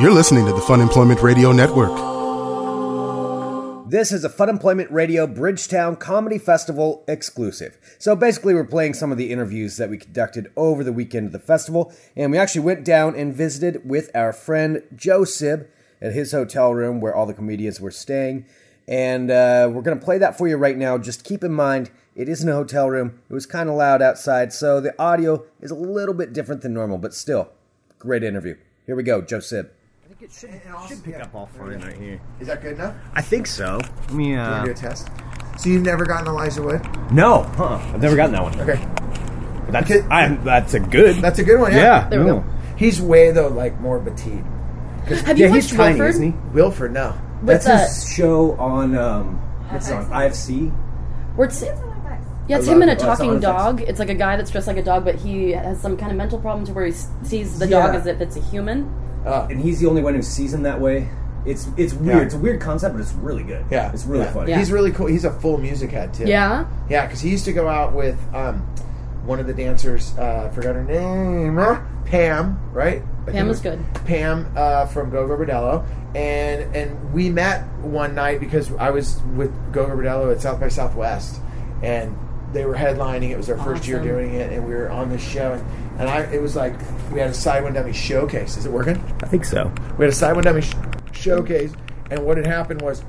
You're listening to the Fun Employment Radio Network. This is a Fun Employment Radio Bridgetown Comedy Festival exclusive. So basically, we're playing some of the interviews that we conducted over the weekend of the festival, and we actually went down and visited with our friend Joe Sib at his hotel room where all the comedians were staying. And uh, we're going to play that for you right now. Just keep in mind, it isn't a hotel room. It was kind of loud outside, so the audio is a little bit different than normal, but still, great interview. Here we go, Joe Sib. Eh, should pick up all fine right here. Is that good enough? I think so. Let me, uh, Do a test. So you've never gotten Elijah Wood? no, huh? I've never gotten that one. Okay, That's Okay. I'm, that's a good. that's a good one. yeah. Yeah. There we go. He's way though, like more petite. Have you yeah, watched he's tiny, Wilford? isn't he? Wilford, no. With that's uh, his show on um, what's it on IFC. where it's, yeah, it's him and a Oh, that's talking on Netflix. dog. It's like a guy that's dressed like a dog, but he has some kind of mental problem to where he s- sees the dog Yeah. as if it's a human. Oh, and he's the only one who's seasoned that way. It's it's weird. Yeah. It's a weird concept, but it's really good. yeah, it's really yeah. funny. Yeah. He's really cool. He's a full music head too. Yeah. yeah, because he used to go out with um, one of the dancers. Uh, I forgot her name. huh? Pam, right? I think Pam it was good. Pam uh, from Gogo Bordello, and and we met one night because I was with Gogo Bordello at South by Southwest, and they were headlining. It was our first year Awesome. doing it, and we were on this show, and, and I it was like we had a side one dummy showcase. Is it working? I think so. We had a side one dummy sh- showcase, and what had happened was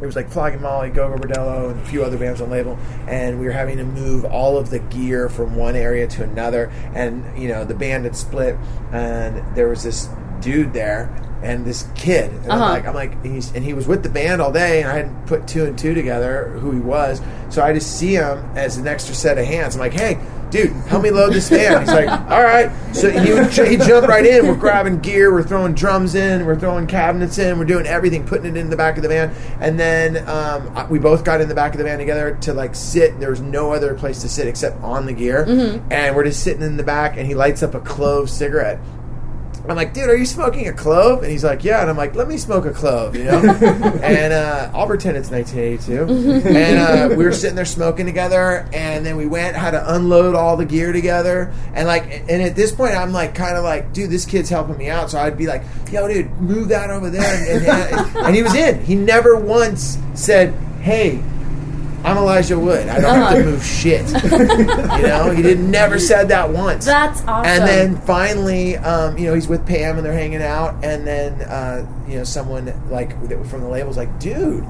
it was like Flogging Molly, Gogo Bordello, and a few other bands on label, and we were having to move all of the gear from one area to another, and you know the band had split, and there was this dude there and this kid, and Uh-huh. I'm like, I'm like, and he's, and he was with the band all day, and I hadn't put two and two together who he was, so I just see him as an extra set of hands. I'm like, hey. Dude, help me load this van. He's like, all right. So he, would, he jumped right in. We're grabbing gear. We're throwing drums in. We're throwing cabinets in. We're doing everything, putting it in the back of the van. And then um, I- we both got in the back of the van together to like sit. There was no other place to sit except on the gear. And we're just sitting in the back. And he lights up a clove cigarette. I'm like, dude, are you smoking a clove? And he's like, yeah. And I'm like, let me smoke a clove, you know? and uh, I'll pretend it's 1982. and uh, we were sitting there smoking together, and then we went had to unload all the gear together, and like, and at this point, I'm like, kind of like, dude, this kid's helping me out, so I'd be like, yo, dude, move that over there, and, and, and he was in. He never once said, hey. I'm Elijah Wood. I don't have to move shit. you know, he didn't never said that once. That's awesome. And then finally, um, you know, he's with Pam and they're hanging out, and then uh, you know, someone like that from the label's like, "Dude,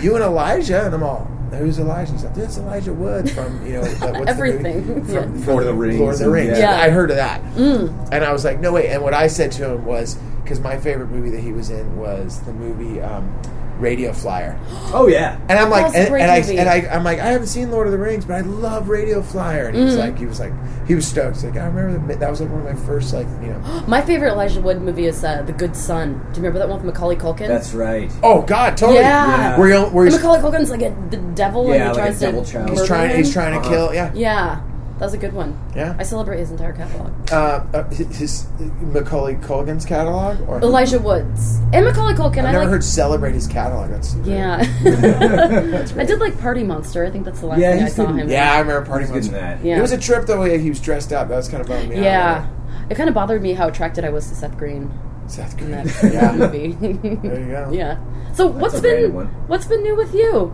you and Elijah," and I'm all, "Who's Elijah?" He's like, "That's Elijah Wood from you know uh, what's Everything. The movie? Yeah. from, Lord of the Rings Lord of the and- Rings. Yeah. Mm. I heard of that, and I was like, "No way!" And what I said to him was, because my favorite movie that he was in was the movie um, Radio Flyer. Oh yeah. And I'm like, That's a and, great and I movie. and I, I'm like, I haven't seen Lord of the Rings, but I love Radio Flyer. And he Mm. was like, he was like, he was stoked. He's like, I remember that, that was like one of my first like, you know, My favorite Elijah Wood movie is uh, The Good Son. Do you remember that one with Macaulay Culkin? That's right. oh God, totally. Yeah. Where you, where And he's, Macaulay Culkin's like a, the devil Yeah, and he like a tries devil to. child. he's murder trying, he's him. trying to kill. Uh-huh. Yeah. Yeah, that was a good one. Yeah. I celebrate his entire catalog. Uh, uh, his, his Macaulay Culkin's catalog, or Elijah Woods and Macaulay Culkin. I've I never like. heard celebrate his catalog. That's Yeah. I did like Party Monster. I think that's the last Yeah, thing I he's saw good. him. in. yeah. I remember party He's good in Monster. that. Yeah. It was a trip though. Yeah, he was dressed up. That was kind of bumming me out. Yeah. It kind of bothered me how attracted I was to Seth Green Seth in that Green. Yeah. movie. There you go. yeah. So what's a random been one. what's been new with you?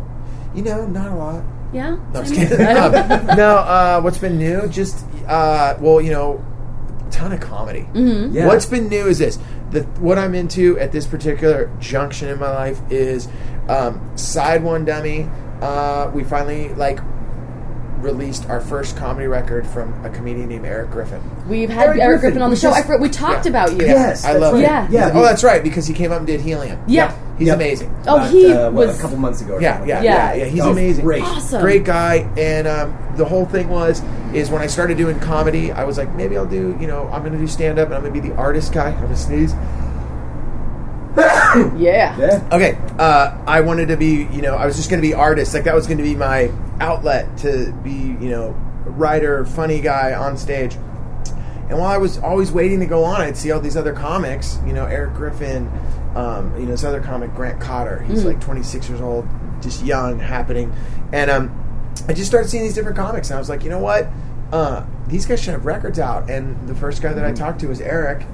You know, not a lot. Yeah. No, I'm just I mean, kidding. I Um, don't- no, uh, what's been new? Just uh, well, you know, ton of comedy. Mm-hmm. Yeah. What's been new is this: the what I'm into at this particular junction in my life is um, side one dummy. Uh, we finally like released our first comedy record from a comedian named Eric Griffin. We've had Eric Griffin, Eric, Griffin, on the we show. just- I fr- we talked Yeah. about you. Yes. I that's love right. him. Yeah. Oh, that's right, because he came up and did Helium. Yeah. he's Yeah. amazing. Oh, About, he uh, what, was a couple months ago. Or Yeah, something. yeah, Yeah. yeah, yeah. He's Oh, amazing. great. Awesome. Great guy. And um, the whole thing was, is when I started doing comedy, I was like, maybe I'll do, you know, I'm going to do stand up and I'm going to be the artist guy. I'm going to sneeze. yeah. Yeah. Okay. Uh, I wanted to be, you know, I was just going to be artist. Like, that was going to be my outlet to be, you know, writer, funny guy on stage. And while I was always waiting to go on, I'd see all these other comics, you know, Eric Griffin, um, you know, this other comic, Grant Cotter. He's like 26 years old, just young, happening. And um, I just started seeing these different comics, and I was like, you know what? Uh, these guys should have records out. And the first guy that I talked to was Eric.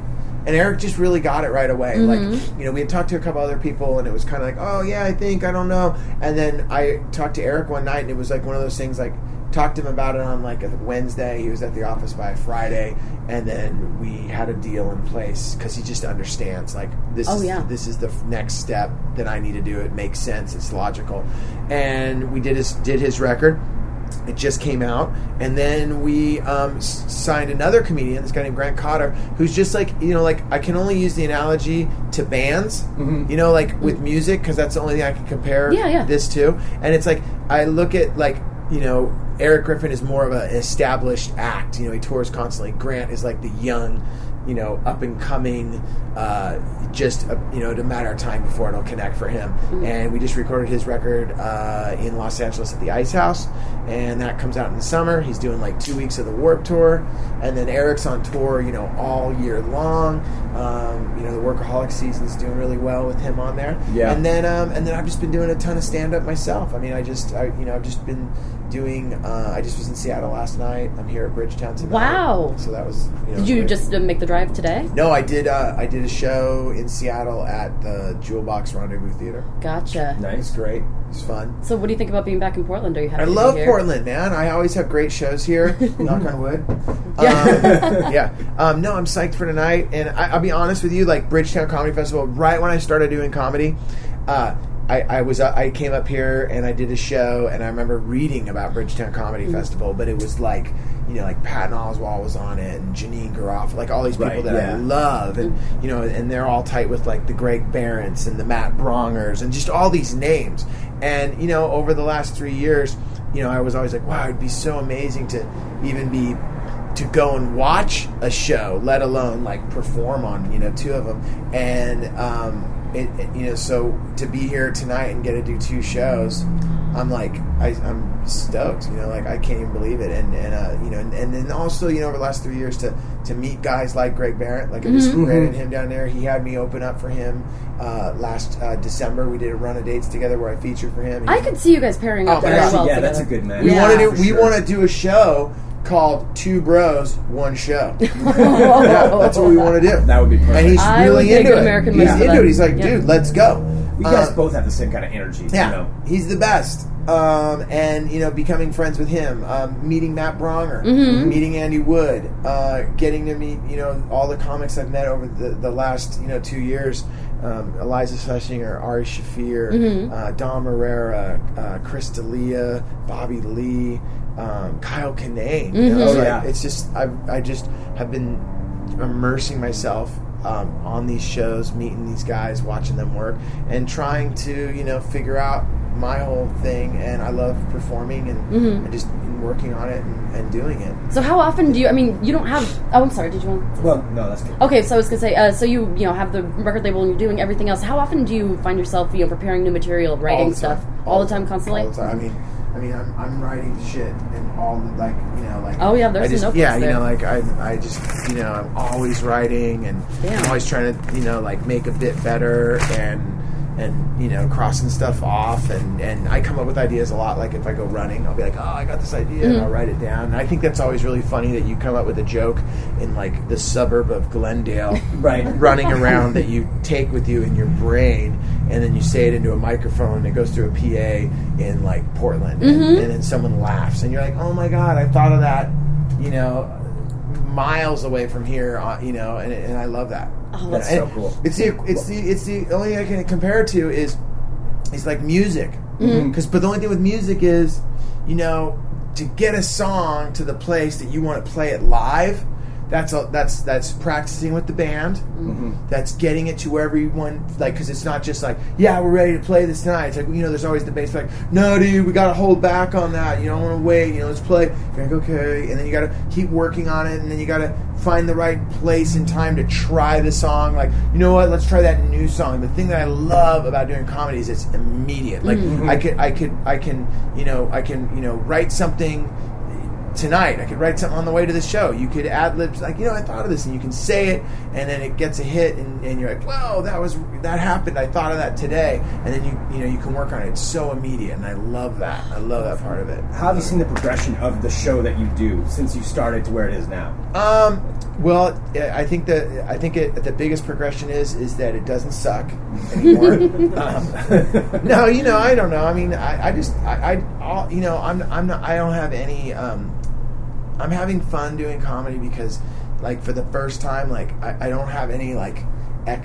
And Eric just really got it right away. Mm-hmm. Like, you know, we had talked to a couple other people, and it was kind of like, oh yeah, I think I don't know. And then I talked to Eric one night, and it was like one of those things. Like, talked to him about it on like a Wednesday. He was at the office by Friday, and then we had a deal in place because he just understands. Like, this Oh, is yeah. this is the f- next step that I need to do. It makes sense. It's logical. And we did his did his record. It just came out, and then we um, s- signed another comedian, this guy named Grant Cotter, who's just like you know, like I can only use the analogy to bands, you know, like with music because that's the only thing I can compare Mm-hmm. Yeah, yeah. this to. And it's like I look at like you know, Eric Griffin is more of an established act, you know, he tours constantly. Grant is like the young, you know, up and coming, uh, just a, you know, it's a matter of time before it'll connect for him. And we just recorded his record uh, in Los Angeles at the Ice House, and that comes out in the summer. He's doing like two weeks of the Warp Tour, and then Eric's on tour, you know, all year long. Um, you know, the Workaholic season's doing really well with him on there. Yeah. and then um, and then I've just been doing a ton of stand up myself. I mean, I just I, you know I've just been doing. Uh, I just was in Seattle last night. I'm here at Bridgetown tonight. Wow. So that was. You know, Did you great. just uh, make the drive today? No, I did. Uh, I did a show in Seattle at the Jewel Box Rendezvous Theater. Gotcha. It's Nice. great. It's fun. So what do you think about being back in Portland? Are you happy? I to be love here? Portland, man. I always have great shows here. knock on wood. Yeah. Um, yeah. Um, no, I'm psyched for tonight, and I, I'll be honest with you. Like Bridgetown Comedy Festival, right when I started doing comedy, uh, I, I was uh, I came up here and I did a show, and I remember reading about Bridgetown Comedy Mm-hmm. Festival, but it was like you know like Patton Oswalt was on it, and Janine Garoff, like all these people Right, that I yeah. love, and you know, and they're all tight with like the Greg Barents and the Matt Brongers and just all these names. And you know, over the last three years, you know, I was always like, wow, it'd be so amazing to even be to go and watch a show, let alone like perform on you know two of them. And um, it, it- you know, so to be here tonight and get to do two shows. I'm like I, I'm stoked, you know. Like I can't even believe it, and and uh, you know, and, and then also you know over the last three years to to meet guys like Greg Barrett, like I Mm-hmm. just ran into him down there. He had me open up for him uh, last uh, December. We did a run of dates together where I featured for him. I could see you guys pairing Oh, up very actually, well yeah, that's a together. good match. we Yeah. want to do for we sure. want to do a show called Two Bros One Show. Whoa. yeah, that's what we want to do. That would be perfect. and he's I would really be a into good it. American he's Muslim into then. it. He's like, Yeah. dude, let's go. you guys Uh, both have the same kind of energy. yeah, You know? he's the best. Um, and you know, becoming friends with him, um, meeting Matt Bronger, Mm-hmm. meeting Andy Wood, uh, getting to meet you know all the comics I've met over the, the last you know two years, um, Eliza Schlesinger, Ari Shafir, Mm-hmm. uh, Dom Herrera, uh, Chris D'Elia, Bobby Lee, um, Kyle Kinane. You know, Mhm. Mm-hmm. it's like- Yeah. it's just I I just have been immersing myself um, on these shows, meeting these guys, watching them work, and trying to you know figure out my whole thing. And I love performing and, Mm-hmm. and just working on it and, and doing it. So how often do you? I mean, you don't have. Oh, I'm sorry. Did you want? Well, no, that's good. Okay, so I was gonna say. Uh, so you, you know, have the record label and you're doing everything else. How often do you find yourself, you know, preparing new material, writing the time. stuff all, the time, constantly? All the time. I mean, I mean, I'm, I'm writing shit and all the, like you know like Oh, yeah, there's I just, some notebooks yeah you there. know like I I just you know I'm always writing and Yeah. I'm always trying to you know like make a bit better and and you know crossing stuff off and and I come up with ideas a lot like if I go running I'll be like oh I got this idea and I'll write it down and I think that's always really funny that you come up with a joke in like the suburb of Glendale Right. running around that you take with you in your brain, and then you say it into a microphone, and it goes through a PA in like Portland, and, and then someone laughs, and you're like, "Oh my god, I thought of that," you know, miles away from here, uh, you know, and, and I love that. Oh, that's And so cool. It's the it's the it's the only thing I can compare it to is it's like music. Because but the only thing with music is, you know, to get a song to the place that you want to play it live, that's a, that's that's practicing with the band. That's getting it to where everyone like because it's not just like yeah we're ready to play this tonight. It's like you know there's always the bass like no dude we gotta hold back on that. You don't want to wait. You know let's play. You're like okay, and then you gotta keep working on it, and then you gotta find the right place and time to try the song. Like you know what let's try that new song. The thing that I love about doing comedy is it's immediate. Like I could I could I can you know I can you know write something tonight. I could write something on the way to the show. You could ad lib like, you know, I thought of this, and you can say it, and then it gets a hit, and, and you're like, whoa, that was that happened. I thought of that today, and then you you know you can work on it. It's so immediate, and I love that. I love that part of it. How have you seen the progression of the show that you do since you started to where it is now? Um, well, I think that I think it, the biggest progression is is that it doesn't suck anymore. um, no, you know, I don't know. I mean, I, I just I, I all, you know I'm I'm not I don't have any. Um, I'm having fun doing comedy because, like, for the first time, like I, I don't have any like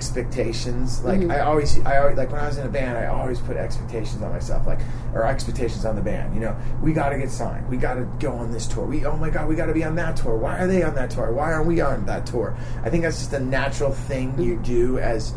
expectations. Like I always I always like when I was in a band, I always put expectations on myself, like or expectations on the band. You know, we got to get signed. We got to go on this tour. We oh my god, we got to be on that tour. Why are they on that tour? Why aren't we on that tour? I think that's just a natural thing you do as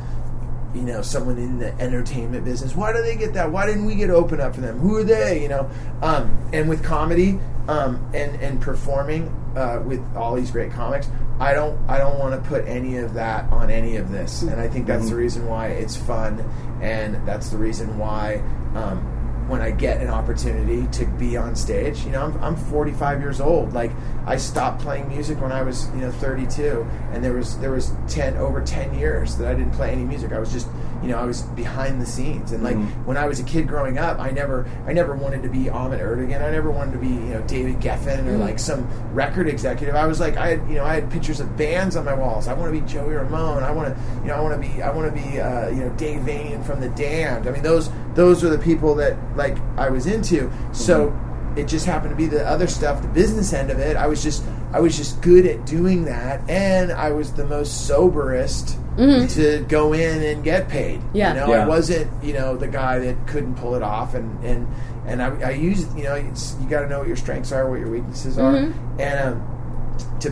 you know someone in the entertainment business why do they get that why didn't we get open up for them who are they you know um, and with comedy um, and and performing uh, with all these great comics i don't i don't want to put any of that on any of this and i think that's the reason why it's fun and that's the reason why um, when I get an opportunity to be on stage. You know, I'm, I'm 45 years old. Like I stopped playing music when I was you know 32, and there was there was 10 over 10 years that I didn't play any music. I was just you know I was behind the scenes. And like when I was a kid growing up, I never I never wanted to be Ahmet Erdogan. I never wanted to be you know David Geffen or like some record executive. I was like I had you know I had pictures of bands on my walls. I want to be Joey Ramone. I want to you know I want to be I want to be uh, you know Dave Vanian from the Damned. I mean those those were the people that like I was into. So it just happened to be the other stuff, the business end of it. I was just I was just good at doing that, and I was the most soberest to go in and get paid. Yeah. you know, I Yeah. wasn't you know the guy that couldn't pull it off, and and and I, I used you know it's, you got to know what your strengths are, what your weaknesses are, and um, to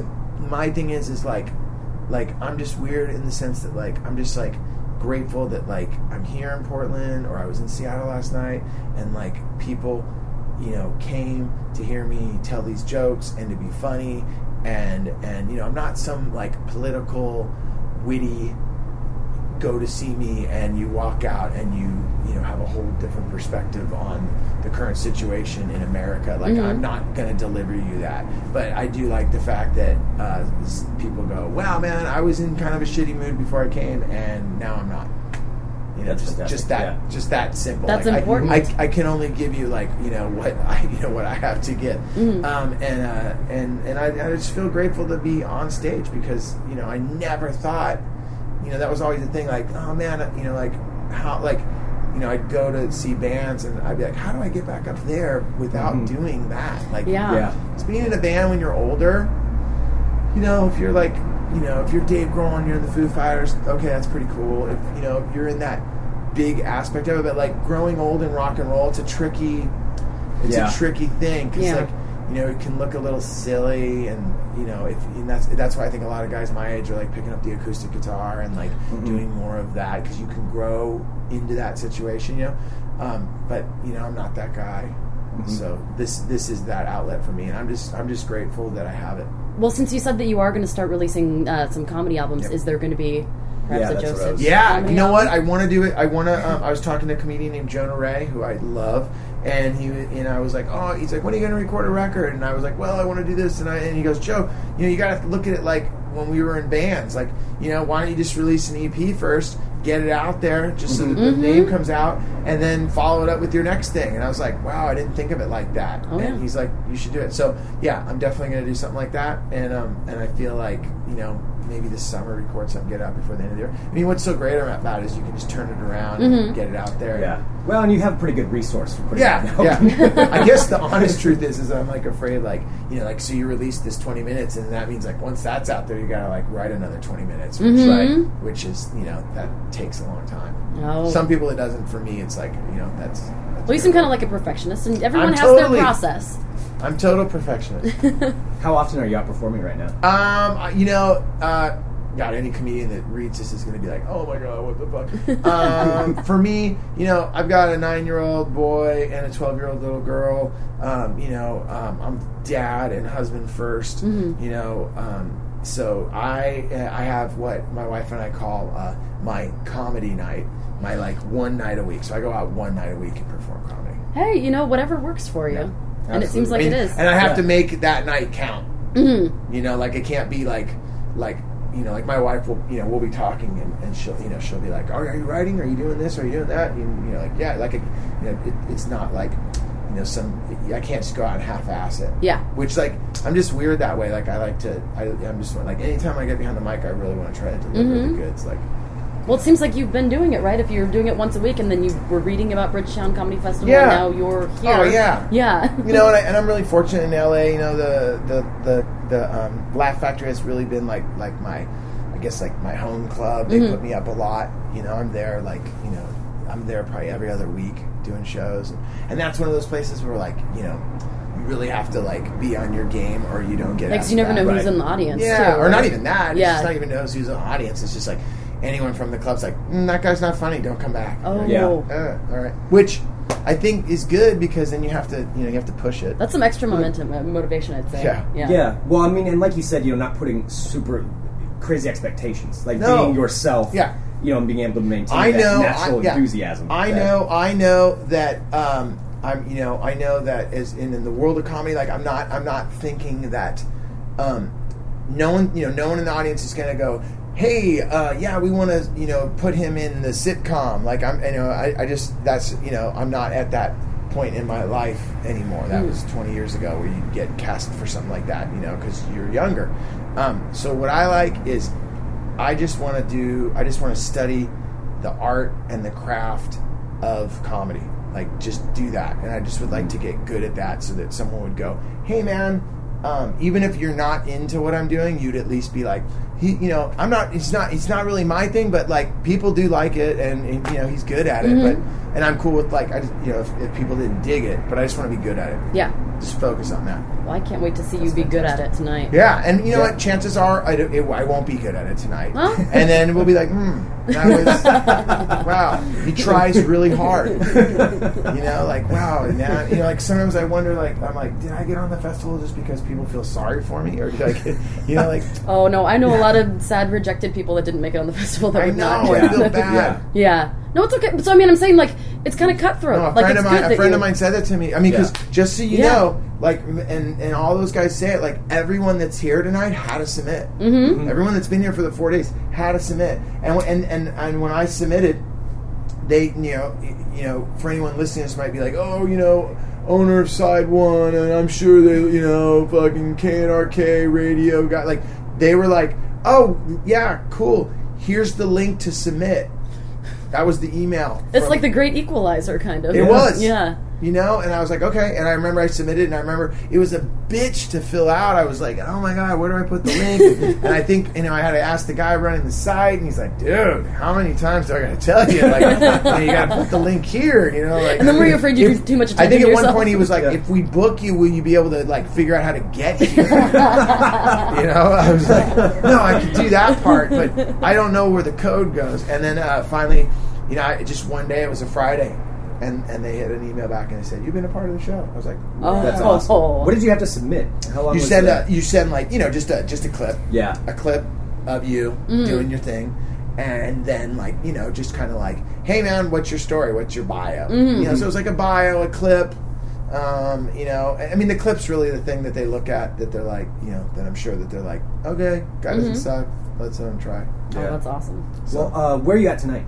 my thing is is like like I'm just weird in the sense that like I'm just like grateful that like I'm here in Portland or I was in Seattle last night and like people you know came to hear me tell these jokes and to be funny and and you know I'm not some like political witty go to see me and you walk out and you you know have a whole different perspective on the current situation in America. Like Mm-hmm. I'm not going to deliver you that, but I do like the fact that uh, s- people go, "Wow, man, I was in kind of a shitty mood before I came, and now I'm not." You know, That's just, fantastic. just that, Yeah. just that simple. That's Like, I- important. I, I can only give you like you know what I you know what I have to give, um, and uh, and and I, I just feel grateful to be on stage because you know I never thought, you know that was always the thing like oh man you know like how like you know I'd go to see bands and I'd be like how do I get back up there without doing that like Yeah. Yeah. it's being in a band when you're older, you know, if you're like, you know, if you're Dave Grohl and you're in the Foo Fighters, okay, that's pretty cool. If you know, if you're in that big aspect of it, but like growing old in rock and roll, it's a tricky, it's Yeah. a tricky thing because Yeah. like, you know, it can look a little silly, and you know, if and that's that's why I think a lot of guys my age are like picking up the acoustic guitar and like doing more of that because you can grow into that situation, you know. Um, but you know, I'm not that guy. So this this is that outlet for me, and I'm just I'm just grateful that I have it. Well, since you said that you are going to start releasing uh, some comedy albums, is there going to be perhaps Yeah, a that's what I Joseph? was- Yeah, comedy you know what? album? I want to do it. I want to. Um, I was talking to a comedian named Jonah Ray, who I love, and he and I was like, oh, he's like, when are you going to record a record? And I was like, well, I want to do this, and I and he goes, Joe, you know, you got to look at it like when we were in bands, like you know, why don't you just release an EP first? Get it out there, just so that the Mm-hmm. name comes out, and then follow it up with your next thing. And I was like, "Wow, I didn't think of it like that." Oh, and yeah. he's like, "You should do it." So yeah, I'm definitely going to do something like that. And um, and I feel like you know maybe this summer record something, get it out before the end of the year. I mean, what's so great about it is you can just turn it around Mm-hmm. and get it out there. Yeah. Well, and you have a pretty good resource for putting Yeah, it out. yeah. I guess the honest truth is, is I'm like afraid, like you know, like so you release this 20 minutes, and that means like once that's out there, you gotta like write another 20 minutes, which like which is you know that takes a long time. Mm-hmm. Oh. Some people it doesn't. For me, it's like you know that's. that's Well, you seem kind of like a perfectionist, and everyone I'm has totally- their process. I'm total perfectionist. How often are you out performing right now? Um, I- you know, uh, God, any comedian that reads this is going to be like, "Oh my God, what the fuck?" um, for me, you know, I've got a nine-year-old boy and a twelve-year-old little girl. Um, you know, um, I'm dad and husband 1st You know, um, so I uh, I have what my wife and I call uh, my comedy night, my like one night a week. So I go out one night a week and perform comedy. Hey, you know, whatever works for you. and it seems like it mean, is. Mm-hmm. And I have Yeah. to make that night count. You know, like it can't be like, like you know, like my wife will, you know, we'll be talking and, and she'll, you know, she'll be like, "Are are you writing? Are you doing this? Are you doing that?" You, you know, like yeah, like it, you know, it, it's not like, you know, some I can't just go out and half-ass it. Yeah. Which like I'm just weird that way. Like I like to, I, I'm just like anytime I get behind the mic, I really want to try to deliver Mm-hmm. the goods. Like well, it seems like you've been doing it right. If you're doing it once a week, and then you were reading about Bridgetown Comedy Festival, Yeah. and now you're here. Oh, yeah. yeah. you know, and, I, and I'm really fortunate in LA. You know, the the the the um, Laugh Factory has really been like like my, I guess like my home club. They Mm-hmm. put me up a lot. You know, I'm there like you know, I'm there probably every other week doing shows, and, and that's one of those places where like you know, you really have to like be on your game or you don't get. Like, 'cause you never asked know back. who's in the audience, Yeah, too, or not right? even that. Yeah. Yeah, it's just not even knows who's in the audience. It's just like anyone from the club's like, mm, that guy's not funny. Don't come back. Oh, Like, Yeah. uh, all right. Which I think is good because then you have to, you know, you have to push it. that's some extra momentum, uh, motivation, I'd say. Yeah. yeah. Yeah. Well, I mean, and like you said, you know, not putting super crazy expectations, like No. being yourself. Yeah. You know, and being able to maintain I that know natural I, yeah. enthusiasm. I that- know, I know that um, I'm, you know, I know that as in, in the world of comedy, like I'm not, I'm not thinking that um, no one, you know, no one in the audience is going to go, hey, uh, yeah, we want to, you know, put him in the sitcom. Like I'm, you know, I, I just that's, you know, I'm not at that point in my life anymore. That was Hmm. 20 years ago where you get cast for something like that, you know, because you're younger. Um, so what I like is I just want to do. I just want to study the art and the craft of comedy. Like, just do that. And I just would like to get good at that, so that someone would go, "Hey, man." Um, even if you're not into what I'm doing, you'd at least be like, he, you know, I'm not. It's not. It's not really my thing, but like people do like it, and, and you know, he's good at it. But and I'm cool with like, I just, you know, if, if people didn't dig it, but I just want to be good at it. Yeah. Just focus on that. Well, I can't wait to see you be good at it tonight. Yeah, and you know Yeah. what? Chances are I, don't- it, I won't be good at it tonight. Huh? And then we'll be like, hmm, that was, wow, he tries really hard. You know, like, wow. And now, you know, like sometimes I wonder, like, I'm like, did I get on the festival just because people feel sorry for me? Or did I get, you know, like, Oh no, I know a lot of sad, rejected people that didn't make it on the festival that I would know, not. I feel Yeah. bad. yeah. No, it's okay. So I mean, I'm saying like it's kind of cutthroat. No, a like friend it's of mine, good a that friend you- of mine said that to me. I mean, because Yeah. just so you Yeah. know, like, m- and and all those guys say it. Like, everyone that's here tonight had to submit. Mm-hmm. Everyone that's been here for the four days had to submit. And when- and and and when I submitted, they you know y- you know for anyone listening, this might be like, oh, you know. Owner of side one, and I'm sure they, you know, fucking KNRK radio guy. Like, they were like, oh, yeah, cool. Here's the link to submit. That was the email. It's from- like the Great Equalizer, kind of. it was. Yeah. You know, and I was like, okay. And I remember I submitted, and I remember it was a bitch to fill out. I was like, oh my god, where do I put the link? and I think you know I had to ask the guy running the site, and he's like, dude, how many times do I got to tell you? Like, you, know, you got to put the link here. You know, like. And then were you afraid you If- drew too much I attention think to at one yourself? point he was like, "If we book you, will you be able to like figure out how to get here?" you know, I was like, "No, I could do that part, but I don't know where the code goes." And then uh, finally, you know, I, just one day it was a Friday, and and they had an email back and they said, "You've been a part of the show." I was like, Oh. That's awesome. What did you have to submit? How long "You uh, was send the- a, you send like you know just a just a clip, Yeah. a clip of you doing your thing." And then, like you know, just kind of like, hey man, what's your story? What's your bio? You know, so it was like a bio, a clip. Um, you know, I I mean, the clip's really the thing that they look at that they're like, you know, that I'm sure that they're like, okay, guy doesn't suck. Let's let him try. Oh, Yeah. that's awesome. Well, uh, where are you at tonight?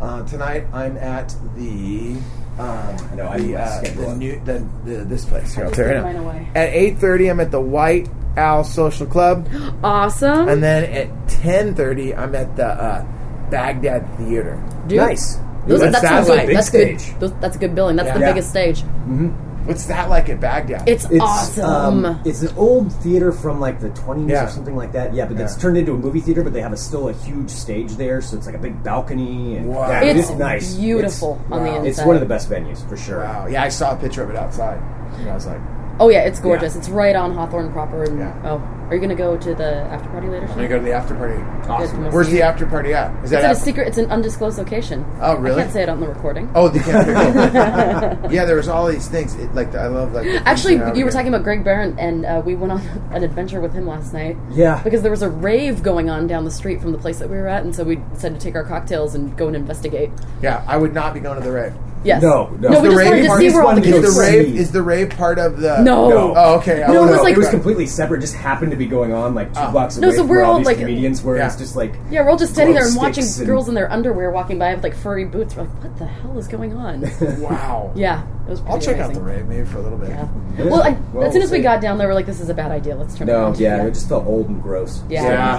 Uh, tonight I'm at the um, know, I need the, my uh, schedule the up. new the, the this place. Here, I'll just tear gave it up. mine away. At eight thirty, I'm at the White Owl Social Club, Awesome. and then at ten thirty, I'm at the uh, Baghdad Theater. Dude. Nice. Those, What's that's that good- like? That's Big good. stage. Those, that's good billing. That's the Yeah. biggest stage. What's that like at Baghdad? It's, It's awesome. um, it's an old theater from like the 20s Yeah. or something like that. Yeah, but it's Yeah. turned into a movie theater. But they have a, still a huge stage there, so it's like a big balcony. And Wow. Yeah, It's is nice, beautiful It's, on the It's inside. one of the best venues for sure. wow. Yeah, I saw a picture of it outside, and I was like, I'm oh yeah, it's gorgeous. Yeah. It's right on Hawthorne proper. And Yeah. oh, are you gonna go to the after party later? gonna go to the after party. Awesome. Good. Where's the after party at? Is It's that at a after- secret. It's an undisclosed location. Oh, really? I can't say it on the recording. Oh, the after party. yeah, there was all these things. It, like I love like the things Actually, have you here. were talking about Greg Barron, and uh, we went on an adventure with him last night. Yeah. Because there was a rave going on down the street from the place that we were at, and so we decided to take our cocktails and go and investigate. Yeah, I would not be going to the rave. Yes. No, no. No, we The just wanted rave to part see is where all one the Is kids the goes- were. rave is the rave part of the No. No. Oh, okay. I No, it don't was know. like- it was completely separate. Just happened to be going on like two Oh. blocks No, away so from we're where all all, these like- comedians were. Yeah. It's just like Yeah, we're all just standing there and glow watching sticks and- girls in their underwear walking by with like furry boots. We're like, what the hell is going on? wow. yeah, it was. I'll pretty check out amazing. the rave maybe for a little bit. Yeah. Yeah. Well, I, Well, as soon as we see. got down there, we're like, this is a bad idea. Let's turn. No, around. yeah, it just felt old and gross. Yeah.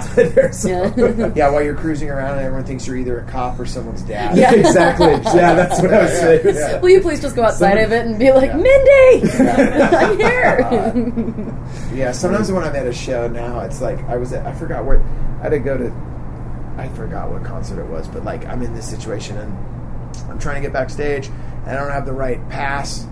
So, there's- Yeah. Yeah, while you're cruising around and everyone thinks you're either a cop or someone's dad. Yeah. exactly. Yeah, that's what I was saying. Yeah. Will you please just go outside of it and be like, Mindy, I'm here. Yeah, sometimes when I'm at a show now, it's like I was at, I forgot where I had to go to I forgot what concert it was, but like I'm in this situation and I'm trying to get backstage and I don't have the right pass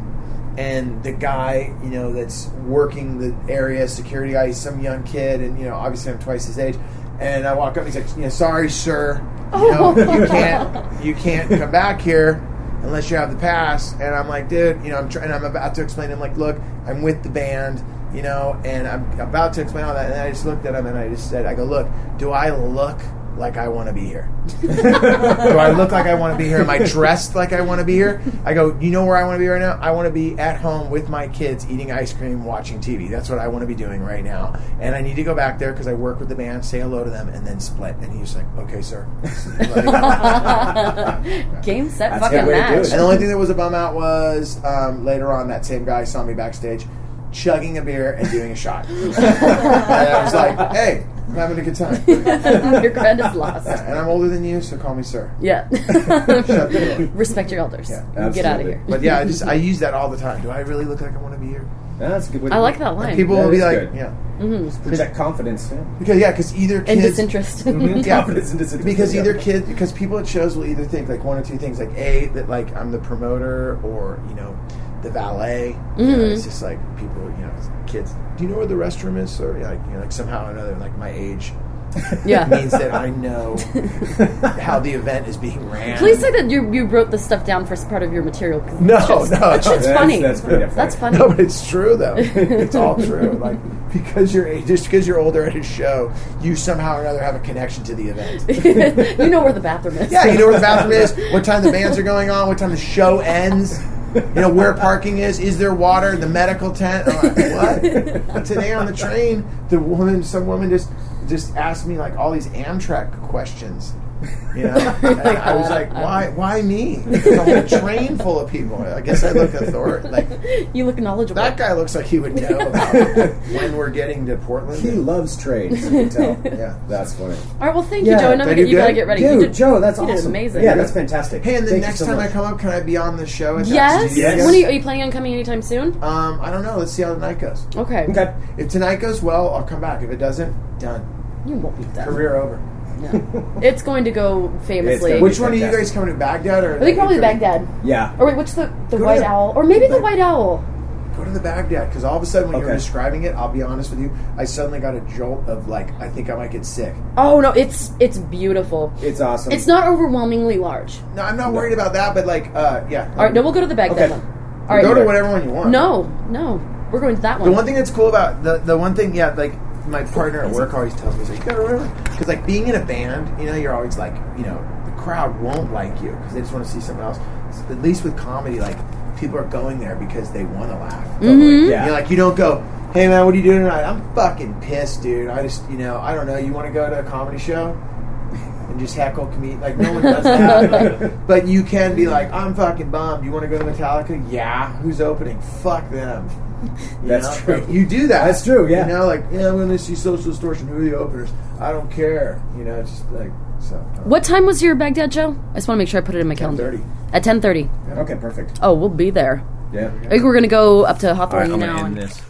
and the guy, you know, that's working the area, security guy, he's some young kid and you know, obviously I'm twice his age. And I walk up and he's like, you know, sorry sir, you, know, you can't you can't come back here unless you have the pass. And I'm like, dude, you know, I'm trying. I'm about to explain. I'm like, look, I'm with the band, you know, and I'm about to explain all that. And I just looked at him and I just said, I go, look, do I look like I want to be here? do I look like I want to be here? Am I dressed like I want to be here? I go, you know where I want to be right now? I want to be at home with my kids, eating ice cream, watching TV. That's what I want to be doing right now. And I need to go back there because I work with the band, say hello to them, and then split. And he's like, okay, sir. Game set, That's a fucking good way to do match. it. And the only thing that was a bum out was um, later on that same guy saw me backstage chugging a beer and doing a shot. and I was like, hey, I'm having a good time. Your friend is lost. And I'm older than you, so call me sir. Yeah. Respect your elders. Yeah, Get out of absolutely. here. But yeah, I just I use that all the time. Do I really look like I want to be here? That's a good. Way I to- like that line. People That will be is like, good. yeah, Project confidence. Yeah. because yeah, because either and kids, disinterest. Mm-hmm. yeah, Confidence and disinterest, because yeah. either kid, because people at shows will either think like one or two things, like a that like I'm the promoter or you know the valet. You know, it's just like people, you know, kids. Do you know where the restroom is? Or like you know, like somehow or another, like my age yeah. means that I know how the event is being ran. Please say that you, you wrote this stuff down for s- part of your material. 'cause No, it's just- no, that shit's that's- funny. that's pretty funny. That's funny. No, but it's true though. It's all true. Like because you're a- just because you're older at a show, you somehow or another have a connection to the event. you know where the bathroom is. Yeah, you know where the bathroom is, what time the bands are going on, what time the show ends, you know where parking is, is there water, the medical tent. I'm like, what? But today on the train, the woman, some woman just just asked me like all these Amtrak questions. You know, Oh and I was like, why, why me? There's a whole train full of people. I guess I look authority. Like You look knowledgeable. that guy looks like he would know about when we're getting to He Portland. loves trains. You can tell. Yeah. That's funny. All right, well, thank Yeah, you, Joe. I know we did get, you you good? gotta get ready. Dude, you did, Joe, that's you awesome. did amazing. Yeah, that's fantastic. Hey, and the Thank you next so time much. I come up, can I be on the show? At that Yes. studio? Yes. When are you, are you planning on coming anytime soon? Um, I don't know. Let's see how the night goes. Okay. Okay. If tonight goes well, I'll come back. If it doesn't, done. You won't be done. Career over. No. it's going to go famously. It's gonna be- Which one are you guys coming to? Baghdad or? I think probably Baghdad. Yeah. Or wait, what's the the Go White ahead. Owl? Or maybe the Bag- White Owl. Go to the Baghdad because all of a sudden, when you were Okay. describing it, I'll be honest with you, I suddenly got a jolt of like, I think I might get sick. Oh no, it's it's beautiful. It's awesome. It's not overwhelmingly large. No, I'm not worried about that, but like, uh, yeah. All right, no, we'll go to the Okay. Baghdad one. All right, go to whatever one you want. No, no, we're going to that one. The one thing that's cool about the the one thing, yeah, like my partner at work always tells me, is like, you gotta remember, because like being in a band, you know, you're always like, you know, the crowd won't like you because they just want to see someone else. So at least with comedy, like people are going there because they want to laugh. Mm-hmm. Yeah. You're like, you don't go, hey man, what are you doing tonight? I'm fucking pissed, dude. I just, you know, I don't know. You want to go to a comedy show? And just heckle comedian like no one does that. Like, but you can be like, I'm fucking bummed. You want to go to Metallica? Yeah. Who's opening? Fuck them. You That's know? true. Like, you do that. That's true, yeah. You know, like yeah, I'm going to see Social Distortion. Who are the openers? I don't care. You know, it's just like so. What time was your Baghdad show? I just want to make sure I put it in my calendar. 30. At ten thirty. okay. Perfect. Oh, we'll be there. Yeah. I think we're gonna go up to Hawthorne I'm now. gonna and- end this.